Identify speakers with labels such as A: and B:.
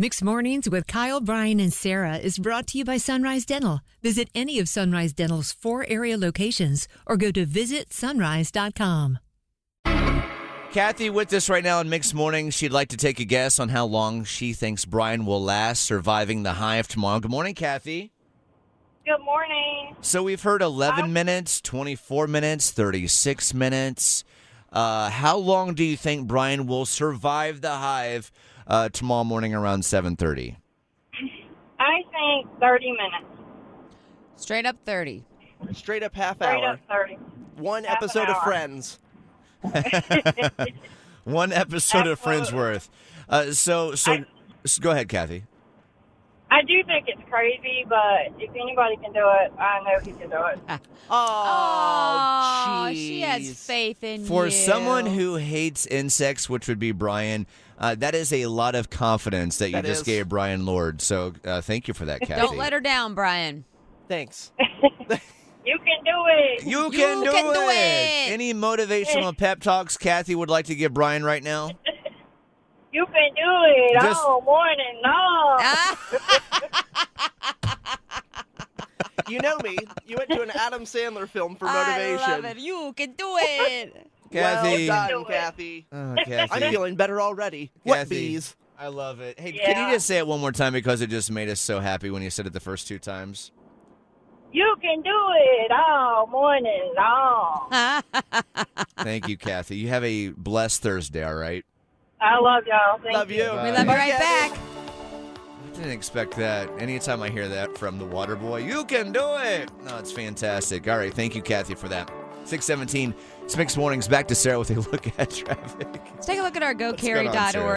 A: Mixed Mornings with Kyle, Brian, and Sarah is brought to you by Sunrise Dental. Visit any of Sunrise Dental's four area locations or go to visitsunrise.com.
B: Kathy with us right now in Mixed Morning. She'd like to take a guess on how long she thinks Brian will last surviving the high of tomorrow. Good morning, Kathy.
C: Good morning.
B: So we've heard 11 minutes, 24 minutes, 36 minutes. Uh, how long do you think Brian will survive the hive uh, tomorrow morning around 7:30?
C: I think 30 minutes.
D: Straight up 30.
E: Straight up half
C: Straight
E: hour.
C: up 30.
E: One
C: half an
E: episode of
C: hour.
E: Friends.
B: One episode of Friends
C: Absolutely.
B: worth. Uh, so so
C: I-
B: s- go ahead, Kathy.
C: I do think it's crazy, but if anybody can do it, I know he can do it.
E: Oh,
D: Aw, she has
E: jeez.
D: faith in
B: For
D: you.
B: someone who hates insects, which would be Brian, uh, that is a lot of confidence that you
E: That
B: just
E: is.
B: gave Brian Lord. So uh, thank you for that, Kathy.
D: Don't let her down, Brian.
E: Thanks.
C: You can do it.
B: You can, do,
D: can
B: it.
D: do it.
B: Any motivational pep talks Kathy would like to give Brian right now?
C: You can do it
B: Just-
C: all morning long.
D: Ah,
E: You know me. You went to an Adam Sandler film for motivation.
D: I love it. You can do it.
B: Kathy.
E: Well done,
C: Do it.
E: Kathy.
B: Oh,
E: I'm
B: Kathy.
E: feeling better already. What
B: Kathy.
E: bees?
B: I love it. Hey, can
C: Yeah.
B: you just say it one more time because it just made us so happy when you said it the first two times?
C: You can do it all morning long.
B: Thank you, Kathy. You have a blessed Thursday, all right?
C: I love y'all. Thank
E: Love you.
B: Bye.
D: we love you right
E: Kathy.
D: back.
B: I didn't expect that. Anytime I hear that from the water boy, you can do it. No, it's fantastic. All right. Thank you, Kathy, for that. 617, it's mixed mornings. Back to Sarah with a look at traffic.
D: Let's take a look at our
B: going on, Sarah?
D: gocarry.org.